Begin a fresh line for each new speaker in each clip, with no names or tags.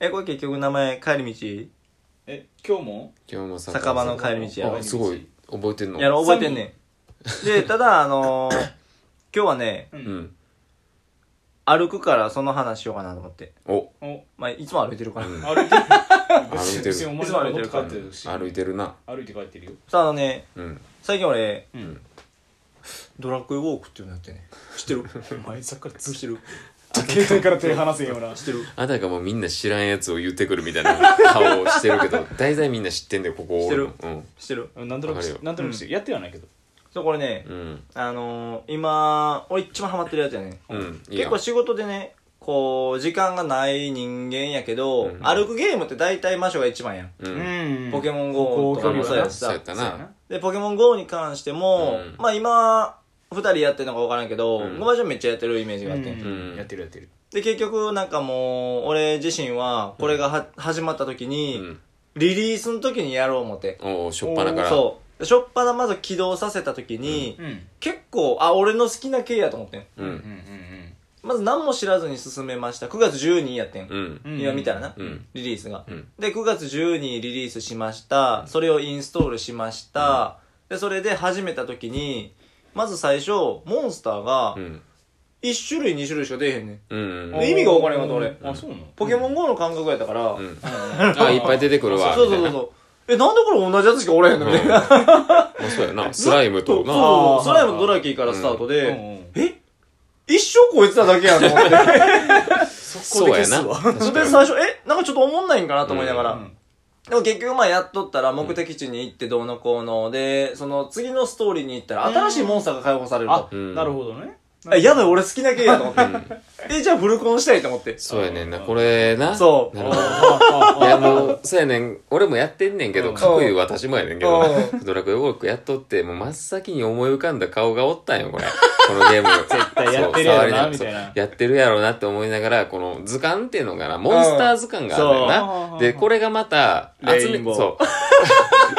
え、これ結局名前、帰り道
え今日も
今日も酒
酒場の帰り道やろ
あすごい覚えてんの
やろ、覚えてんねん。で、ただ、あのー 今日はね、
う
う、ん
歩くからその話しようかなと思って。
お
お
まあ、いつも歩いてるから。
うん
歩いてる
歩いてる
別にお前
いつも歩いて
の
る
こ
か
と
ら
帰ってるし
歩いてるな
歩いて帰ってるよ
さあ、あのね、
うん
最近俺、
うん
ドラクエウォークっていうのやってね。知 ってる
お前さっきから
知ってる
携帯から手離せんよな
知ってる
あたかもみんな知らんやつを言ってくるみたいな 顔をしてるけど大体みんな知ってんだよここ俺も
知っ
うん
知ってる
なんとなくし
わかるよ
なんとなくしてやってはないけど
そう、これね、
うん
あのー今、俺一番ハマってるやつやね。
うんいい
結
や
構仕事でね、こう、時間がない人間やけど、
うん
歩くゲームって大体魔女が一番やん。
う
う
んん
ポケモン GO
こう
とかも
距離は
そうやし
そうや
さ
っ。たな
で、ポケモン GO に関しても、
うん
まあ今、二人やってるのか分からんけど、
うん
ゴマジョンめっちゃやってるイメージがあって。
うんやってるやってる
で、結局なんかもう、俺自身は、これがは、始まった時
う
に、
ん
リリースの時にやろう思って。
おおしょっぱなから
そう。でしょっぱなまず起動させた時に、
うん
結構、あ、俺の好きな系やと思ってん。
う
うん
ん
まず何も知らずに進めました。9月12やってん。
うん
うんうん
今見たらな、
うん
リリースが、
うん
で9月10にリリースしました、それをインストールしました、でそれで始めた時にまず最初モンスターが
うん
1種類2種類しか出えへんねん、
うん
意味が分からんかった俺
あそうなの
ポケモン GO の感覚やったから、
うんうんあいっぱい出てくるわ
そう
みた
そ
い
そ
うな
うそうえなんでこれ同じやつしかおらへんのみたいな、
まあそうやなスライム
そ
と
う
な
そうスライムとドラキーからスタートで、
うん
え一生こいつらだけやん と思って。
そうやな
それで最初、えなんかちょっと思んないんかなと思いながら。
うん
でも結局まあやっとったら目的地に行ってどうのこうので、その次のストーリーに行ったら
うん
新しいモンスターが解放される
あ
と。
うん
なるほどね
え、やだよ俺好きな系やと思って
う。ん
え、じゃあフルコンしたいと思って。
そうやねんなこれな
そう
な
あ
るほど
あ
い
あ
やもうそうやねん俺もやってんねんけ
う
ど
ん
かっこいい私もやねんけど
う
ドラクエウォークやっとってもう真っ先に思い浮かんだ顔がおったんよこれこのゲーム絶
対やってるやろなみたいな
やってるやろなって思いながらこの図鑑っていうのかなモンスター図鑑があるんだよ
そ
な
う
でこれがまた集
レイ
め
ンボー
そう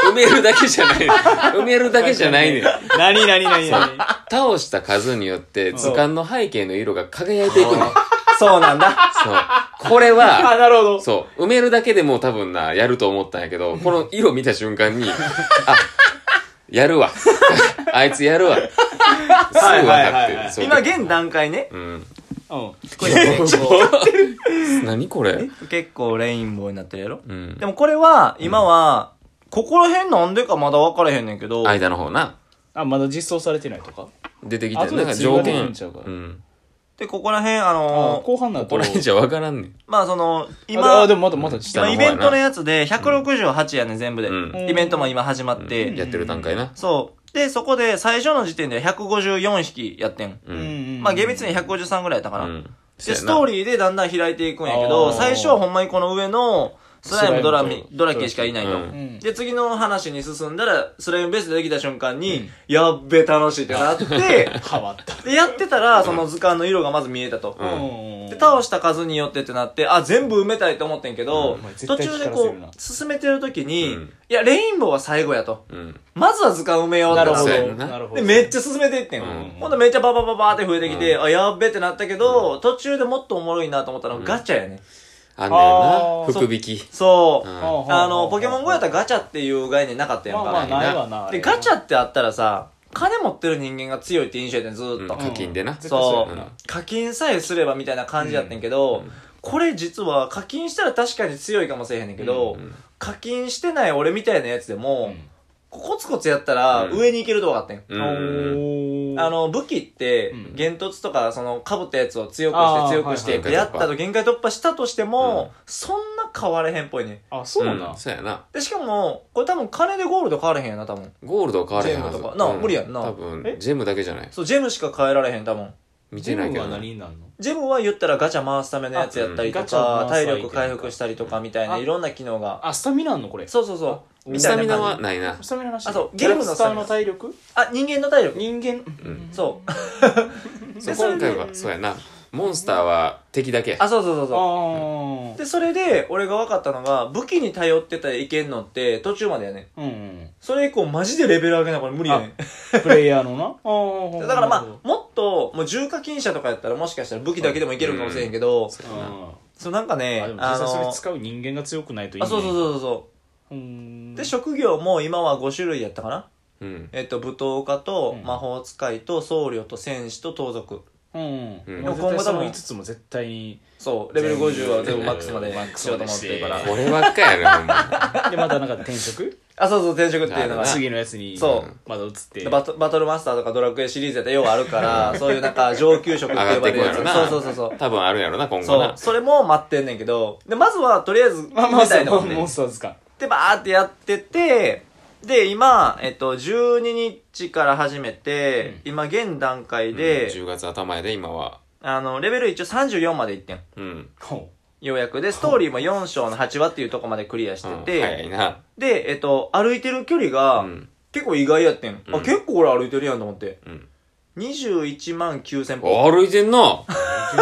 埋めるだけじゃない埋めるだけじ ゃないねん
何何何何
倒した数によって
ん
図鑑の背景の色が輝いていくねんそう
そうなんだ。
これ は
あなるほど
そう。埋めるだけでもう多分な、やると思ったんやけど、この色見た瞬間に、あ、やるわ。 あいつやるわ。すぐ分かっ
はいはいはいは
て
い
そう
今現段階ね。
うん。
うん
何これ
結構レインボーになってるやろ
うん
で。もこれは、今は、ここら辺なんでかまだ分からへんねんけど、
間の方な。
あまだ実装されてないとか
出てきた
後で
なんか条
追加できる
件。
んちゃうか
うん。
で、ここら辺、あ
あ
のー、
後半にな
こ
と
れじゃ分からんねん。
まあその、
今
今、
あでもまだまだ下
下
今
の
イ
方や
ベ
な
ントのやつで168やねん、全部で
う。
ん
イベントも今始まって。
やってる段階な。
そう。で、そこで最初の時点で154匹やってん。
う
うん
ん。
まあ厳密に153ぐらいやったかな。
うん。
で、ストー
リー。
リーでだんだん開いていくんやけど、
あー
最初はほんまにこの上のスライムドラミ
スライムと
ドラキーしかいないと。
うん
うん
で、次の話に進んだら、スライムベースでできた瞬間に、
うん
やっべ、楽しいってな って、
変わった
で、やってたら、その図鑑の色がまず見えたと。
うん
で、倒
し
した数によってってなって、あ、全部埋めたいと思ってんけど、
うんお前絶
途
対
中で
光ら
こ
せるな
う、進めてる時に、
うん
いや、レインボーは最後やと。
うん。
まずは図鑑埋めようって
な
な
る
っ
ほ
そうや
て
ど
んな
なるほど
で、めっちゃ進めていってん。
うん
ほんとめっちゃババババーって増えてきて、あ、やっべってなったけど、途中でもっとおもろいなと思ったのがガチャやね。
あんね
あ
ん
ー
な。福引き。
そう
う。ん
あ
あの、ポケモン GO やった
ら
らガチャっていう概念なかったやん
まあまあ
か。
ないわな
で、ガチャってあったらさ、金持ってる人間が強いって印象やったんずーっと
うん。課金でな
絶対そうや
そう
な
課金さえすればみたいな感じやってんけど、
うん
これ実は課金したら確かに強いかもしれへんねんけど、
うん
課金してない俺みたいなやつでも、
うん
コツコツやったら
うん
上に行けると分かってん。
うん。
あの、武器って
うん、
幻突とか、その、被ったやつを強くし
あー
て強くし
は
て、
いはい
でやったと限界突破したとしても、そんな変われへんっぽいね。
あそうなんん
そうやな。
で、しかも、これ多分金でゴールド変われへんやな、多分。
ゴールドは変われへんはず
ジェムとかなあ
う
無理やんな
多
え
分ジェムだけじゃない
そう、ジェムしか変えられへん、多分。
見
ジ
てない
ェ
け
ム
ど
は
な
何になるの
ジェムは言ったらガチャ回すためのやつやったりと
あ
か、
うんガチャ回す
体力回復したりとかみたいな、
あ
いろんな機能が。
あスタミナあんのこれ
そうそうそう。み
ス
た
タ
い
ミ
な
ナ
感
は
じ。
ないな
スタミナなし
あそうゲームの
キャラクターの体力
あ、人間の体力。
人間
ん
そう。それで
そう今回はそうやなモンスターは敵だけ
あ、そうそうそうそう。
あ
で、それで、俺が分かったのが、武器に頼ってたらいけんのって、途中までやねん。
あうん
それ以降、マジでレベル上げなこれ無理やねん。
プレイヤーの な
だからまあ、もっと、もう重課金者とかやったらもしかしたら武器だけでもいけるかもしれへんけど、
そうやな
そうなんかね
あでも
あ
実際それ
の
使う人間が強くないといい、
あ
ね、
そうそうそうそう
ー
うんで職業も今は5種類やったかな
うん。
えっと舞踏家と
うん
魔法使いと僧侶と戦士と盗賊
うん、
うん
今後多分5つも絶対に
そうレベル50は全部マックスまで
マック
し
ス
ようと
まで
思っ
して
てるから
こればっかやな、ほんま。
でまたなんか 転職
あそうそう転職っていうの
あ
が
次のやつに
そう
まだ移って
バトバトルマスターとかドラクエシリーズやったらようあるからそういうなんか上級職って呼ばれるやつ
上がっていくんやろな
そうそうそうそう
多分あるんやろな、今後
そう
な。
それも待ってんねんけどでまずはとりあえずみ
まあまあ
た
そ
いうなもんね
モンスターズか
でバーってやっててで今、えっと、12日から始めて、今現段階で、
10月頭やで、今は。
あのレベル一応34までいってん
うん。
ほ
ようやくでストーリーも4章の8話っていうとこまでクリアして
うん
て、
早いな。
で、えっと、歩いてる距離が、
うん
結構意外やってん、
う
あ
ん
結構俺歩いてるやんと思って
うん。
21万9000歩
歩いてんな。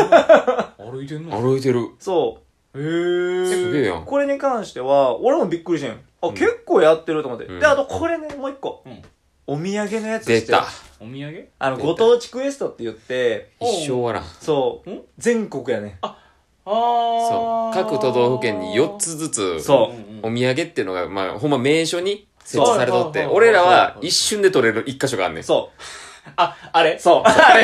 う歩いてんの
歩いてる。
そ
へ
すげえ
え
や。
うんこれに関しては俺もびっくりしてんあ、
ん
結構やってると思って、
うん
であとこれねもう一個、
うん
お土産のやつ
出
してる
た。
お土産
あの
出た
ご当地クエストって言って
一生終わらん。
そう
うん
全国やね
あ
そ
ー
う。各都道府県に4つずつ、
そう
お土産っていうのが、まあ、ほんま名所に設
そ
置
う
されとって、
はいはいはい
俺らは一瞬で取れる一箇所があんねん。
そ
ああれ
うそう
あれ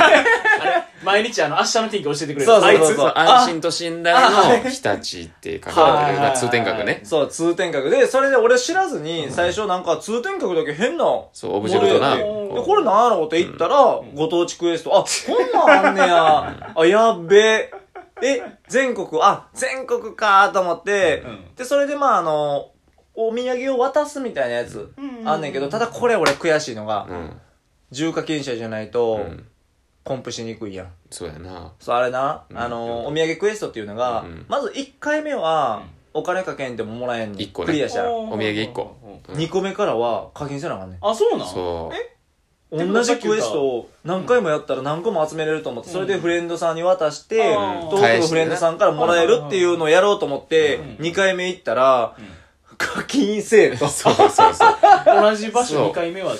毎日あの明日の天気教えてくれる
そうそう
あいつ
そうそう
そう安心と信頼の日立って書かれてる、
あ
ま
は
あ
い
通天閣ね。
そう通天閣でそれで俺知らずに最初なんか通天閣だけ変な
そう、オブジェクトな。
で
こ
これ何やろうって言ったら、ご当地クエストあこんなんあんねやあやっべええ全国あ全国かと思って、
うん
でそれでまああのお土産を渡すみたいなやつ、
うん
あんねんけどただこれ俺悔しいのが、
うん。
重課金者じゃないと、
うん。
コンプしにくいやん
そうやな。
そうあれな、
うん
あのお土産クエストっていうのが、
うん
まず1回目は、お金かけんでももらえんねん
一個ね
クリアしたら
お
お土産1個。うん
2個目からは課金せなあかんねん
あそうなん
そう。
同じクエストを何回もやったら何個も集めれると思って、
うん
それでフレンドさんに渡して、
う
遠
ん
くのフレンドさんからもらえるっていうのをやろうと思って、
うん
2回目行ったら、
うん
課金せえと。
そうそうそう。
同じ場
そう
所2回目は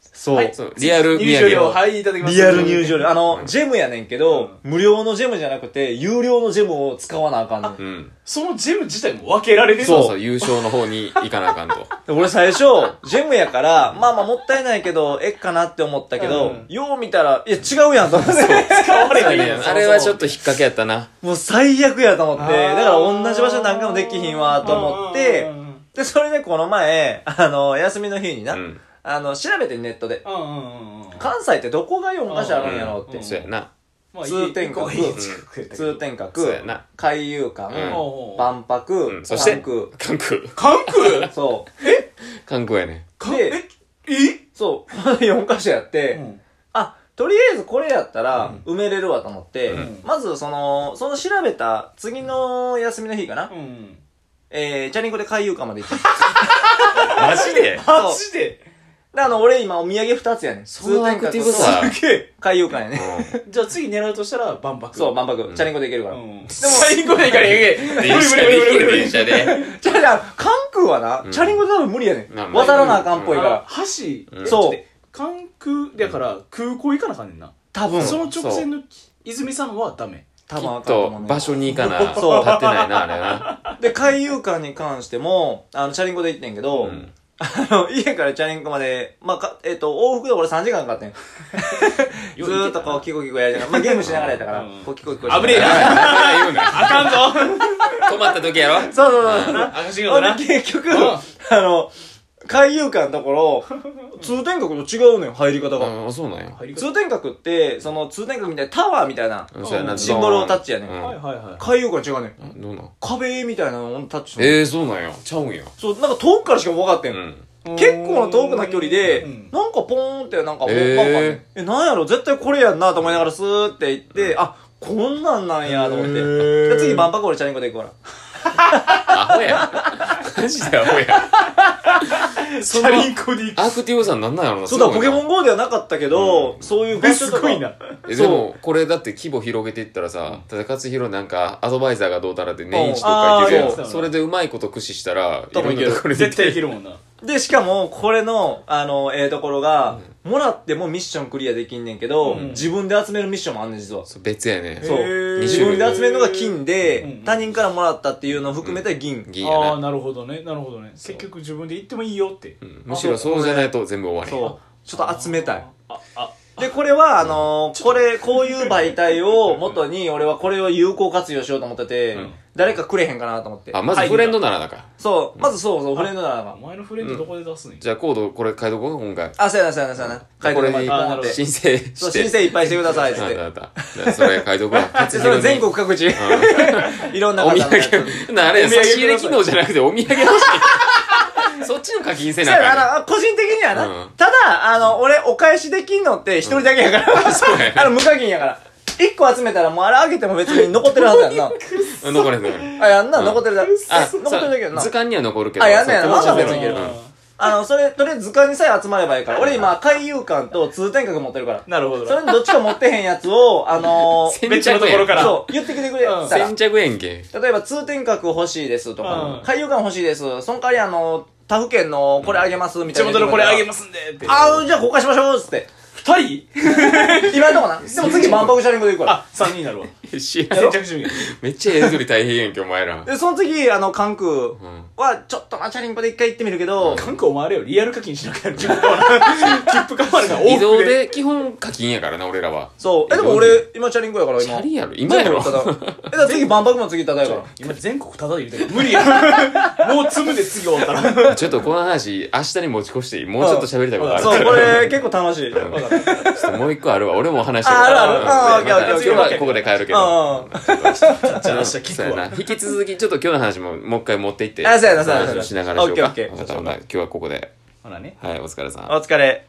そう。
はい
そうリアル
入
宮
場
城
料
の。
はいいただきます
リアル入場料。あの
う、ん
ジェムやねんけど、無料のジェムじゃなくて、有料のジェムを使わなあかんねん。
うん。
そのジェム自体も分けられてる
そうそう、優勝の方に行かなあかんと。
で俺最初、ジェムやから、まあまあもったいないけど、えっかなって思ったけど、
うん
よう見たら、いや違うやんと思って。
使われてるやん
あれはちょっと引っ掛けやったな。
もう最悪やと思って、
あー
だから同じ場所何回もできひんわと思って、
うんうん
で、それでこの前、あの、休みの日に
う
な、
ん。
あの、調べてネットで、
うんうんうん
関西ってどこが4カ所あるんやろうって。
ん
そうやな。
まあ
通天閣
一個が家近くやったけど
通天
そうや
閣
な、
海遊館、
うん
万博、
うんそして
関空
関空。
関空
そ
関空やね。
う。で、
え
そう、4カ所 やって、あ、とりあえずこれやったら埋めれるわと思って、
うん
まずその、その調べた次の休みの日かな、
うん
えー、チャリンコで海遊館まで行って。
マジで
マジで
で、あの、俺今お土産2つやねん。
そのアクティブさ
通天閣と
すげえ
海遊館やねん。
じゃあ次狙うとしたら万博
そう、万
博
博、
ん
チャリンコで行けるから。
うん
でも
最後でいかれへん
電車で行ける電車で。
じゃあじゃあ、関空はな、
うん
チャリンコで多分無理やねん。
まあまあ
渡らなあかんっぽいから。
橋
う
そ
え
ん
う
ちょっと待って関空だから空港行かなあかんねんな
多分、
その直線の泉佐野はダメ
多
き
分あかん
っ
と
と
思うねん
場所に行かな。
そう
立ってないな、あれな。
で、海遊館に関しても、あの、チャリンコで行ってんけど、
うん
あの、 家からチャリンコまで、まあ、か、えっ、と、往復で俺3時間かかってん。ずーっとこう、キコキコやりながら、まあ、ゲームしながらやったから
うん、
こう、キコキコ
危ねえ
ながら
な
だから言うな。
あかんぞ
止まった時やろ
そうそうそうそう。
あかし
ほんで結局、あの、海遊館のところ、通天閣と違うのよ、入り方が。
あ、そうなんや。
入り方
通天閣って、その通天閣みたいなタワーみたいな、
うんそうやな。
シンボルをタッチやねん
うん
はいはいはい
海遊館違うねん。
あどうなん
壁みたいなのをタッチしてんの
ええ、そうなんや。ちゃうんや。
そう、なんか遠くからしか分かってん。
うん。
結構な遠くな距離で、
うん
なんかポーンってなんかもうパンパンね、
え
えなんやろ絶対これやんなと思いながらスーって行って、あ、こんなんなんやと思って。で次万博俺チャリンコで行くか
アホや。マジでアホや。
チャリンコで行く
アクティブさんなんなんやろ
ら。
な。
そうだ、
す
ポ
ご
ケ
いな
モン GO ではなかったけど、そういう場所
す
とか。
ごいな
えでもこれだって規模広げていったらさただ勝弘なんかアドバイザーがどうたらって年一とか言ってる
うんあー
やんそれでうまいこと駆使したらい
多
ろ
分い
ん
ける
なところに
絶対いけるもんな
で、しかも、これの、あの、ええところが、もらってもミッションクリアできんねんけど、
うん
自分で集めるミッションもあんねん、実は。
そう別やね
そう
へー
自分で集めるのが金で、
うん
他人からもらったっていうのを含めて銀。
銀や
ああ
な、
ーなるほどねなるほどね結局自分で言ってもいいよって、
うんむしろそうじゃないと全部終わり
そう。ちょっと集めたい。
ああ
で、これは、あのーこれ、こういう媒体を元に、俺はこれを有効活用しようと思ってて、
うん
誰かくれへんかなと思って。
あまずフレンド
はい
ならだから
そう、まずそうそう、フレンドなら
あ
ば
お。前のフレンドどこで出すねん、
じゃあコードこれ書いとこう今回
あ、そうやな、そうやな、そうやな。書いて
こ
も
れ
らって
に
ポンっ
あ
て。
申請して
そう、申請いっぱいしてください、つっ
あ
て。
だだだそれ書いとこう
でそれ全国各地、 いろんな
お
方のや
土
つ。
産なあれ
お土産
差し入れ機能じゃなくてお土産欲しいそっちの課金せ
そ
なあ
や
かんね
なあの個人的にはな、
うん
ただ、あの、俺、お返しできんのって一人だけやから、
そうや
あの、無課金やから。一個集めたら、もうあれあげても別に残ってるはずやんな。
うん残れへん残れへん
あ、やんな、
うん
残ってるだけ。
あ
残ってるだけやんな
そう図。鑑には残るけど
あやんなやんな
そう
まだ別にいける
うん
あの、それ、とりあえず図鑑にさえ集まればいいから。俺今、海遊館と通天閣持ってるから。
なるほど
それにどっちか持ってへんやつを、あ のー、
別のところから
そう、言ってきてくれ
うん
たら
先。着円形
例えば、通天閣欲しいですと
う
か
ん、
海遊館欲しいです。その代わりあの、他府県のこれあげます、みた
地
いな。
元のこれあげ
す。
ますんでって
あー、じゃあ交換しましょうっつって。
二人
今のとこ な。でも次、万博シャリングで行くから。
あ三人になるわ
知らん
先着順位
めっちゃええぞり大変やんけお前ら
で、その次、あの、関空
ん
は、ちょっとな、チャリンコで一回行ってみるけど、
韓国お前あれよリアル課金 しなきゃ自分は切符買われた
移
往
動
復で
で基本課金やからな俺らは
そう。え、でも俺、今チャリンコやから、
チ
今。
ャリやろ今やろ
全部 タダえ、だから次、万博も次、ただやから。
今 全国ただで言うてる無理 やもう積むで次終わったら分か
ちょっとこの話明日に持ち越していいもうちょっと喋りたいことある
そう、これ、結構楽しい。うん。
った
ちょっともう一個あるわ俺も話してる
あるあるあーオッケーオッケーオッケー
今日はここで帰るけど
あ、
じゃあ明日聞
そう
く
や
わ
な引き続きちょっと今日の話ももう一回持っていって
そうやな、そうやな。
話をしながらしようか
オッケーオッケー
わかったわかった今日はここで
ほらね
はいお疲れさん
お疲れ。